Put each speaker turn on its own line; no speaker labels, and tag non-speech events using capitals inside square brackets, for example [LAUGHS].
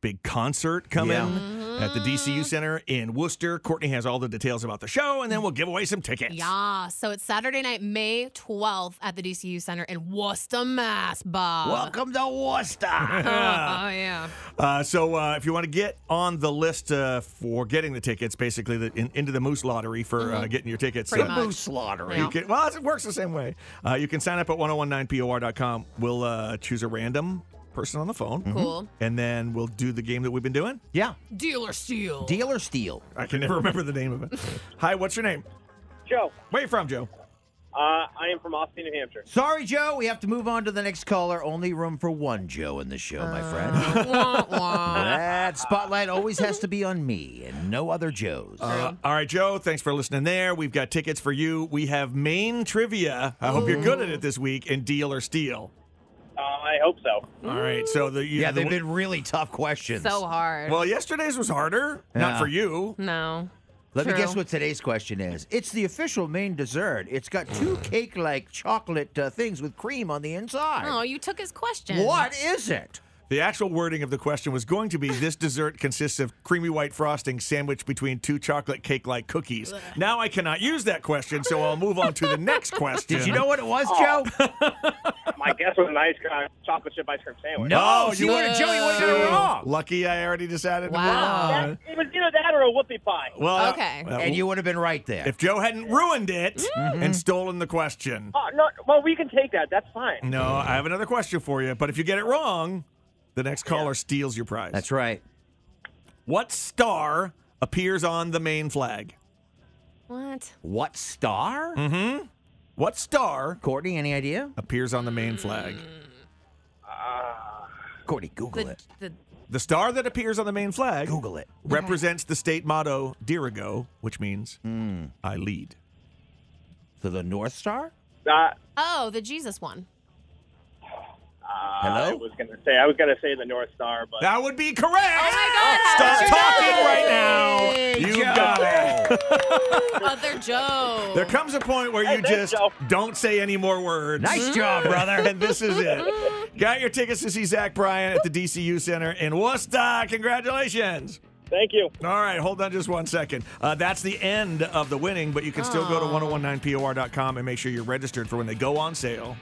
big concert coming
Yeah.
Mm-hmm.
at the DCU Center in Worcester. Courtney has all the details about the show, and then we'll give away some tickets.
Yeah, so it's Saturday night, May 12th at the DCU Center in Worcester, Mass, Bob.
Welcome to Worcester.
Oh, oh, yeah.
Uh, so uh, if you want to get on the list uh, for getting the tickets, basically the, in, into the Moose Lottery for uh, getting your tickets,
Mm-hmm. Pretty
uh,
much.
Moose lottery.
You can, well, it works the same way. Uh, you can sign up at 1019por.com. We'll uh, choose a random person on the phone. Mm-hmm.
Cool.
And then we'll do the game that we've been doing.
Yeah.
Deal or steal.
Deal or steal?
I can never [LAUGHS] remember the name of it. Hi, what's your name?
Joe,
Where you from, Joe?
uh, I am from Austin, New Hampshire.
Sorry, Joe. We have to move on to the next caller. Only room for one Joe in the show, my friend.
[LAUGHS] Wah,
[LAUGHS]
wah.
that spotlight always has to be on me and no other Joes.
Uh, all right, Joe, thanks for listening there. We've got tickets for you. We have main trivia. I hope you're good at it this week and deal or steal.
Uh, I hope so.
All right, so the you,
yeah,
the,
they've been really tough questions.
so hard.
well, yesterday's was harder. Not
Yeah.
for you.
no.
Let me
True.
guess what today's question is. It's the official main dessert. It's got two cake like chocolate uh, things with cream on the inside.
Oh, you took his question.
what is it?
The actual wording of the question was going to be this dessert consists of creamy white frosting sandwiched between two chocolate cake like cookies. Now I cannot use that question, so I'll move on to the
[LAUGHS]
next question.
Did you know what it was, Joe? [LAUGHS]
My guess was an ice cream, chocolate chip ice cream sandwich.
No,
Oh,
you
you-
would have Joe, you would have
Boo.
it wrong.
Lucky I already decided.
Wow.
uh,
wrong.
It was either that or a whoopie pie.
Well, uh,
Okay.
well,
And you Mm. would have been right there.
if Joe hadn't ruined it and stolen the question.
Uh, no, well, we can take that. That's fine.
No, I have another question for you, but if you get it wrong, the next caller steals your prize.
That's right.
What star appears on the main flag?
What?
What star?
What star
Courtney, any idea?
appears on the main flag?
Mm. Courtney, Google
The,
it.
the,
The star that appears on the main flag
Google it.
represents the state motto "Dirigo," which means
Mm.
"I lead."
So the North Star?
Uh,
oh, the Jesus one.
I
Hello?
was gonna say I was gonna say the North Star, but
That would be correct.
how
Stop
did you
talking
know?
right now.
Hey,
You got it.
Other Joe.
There comes a point where you
thanks,
just
Joe.
don't say any more words.
Nice job, brother.
[LAUGHS] And this is it. Got your tickets to see Zach Bryan at the DCU Center in Worcester. Congratulations.
thank you.
All right, hold on just one second. Uh, that's the oh end of the winning, but you can still go to 1019por.com and make sure you're registered for when they go on sale.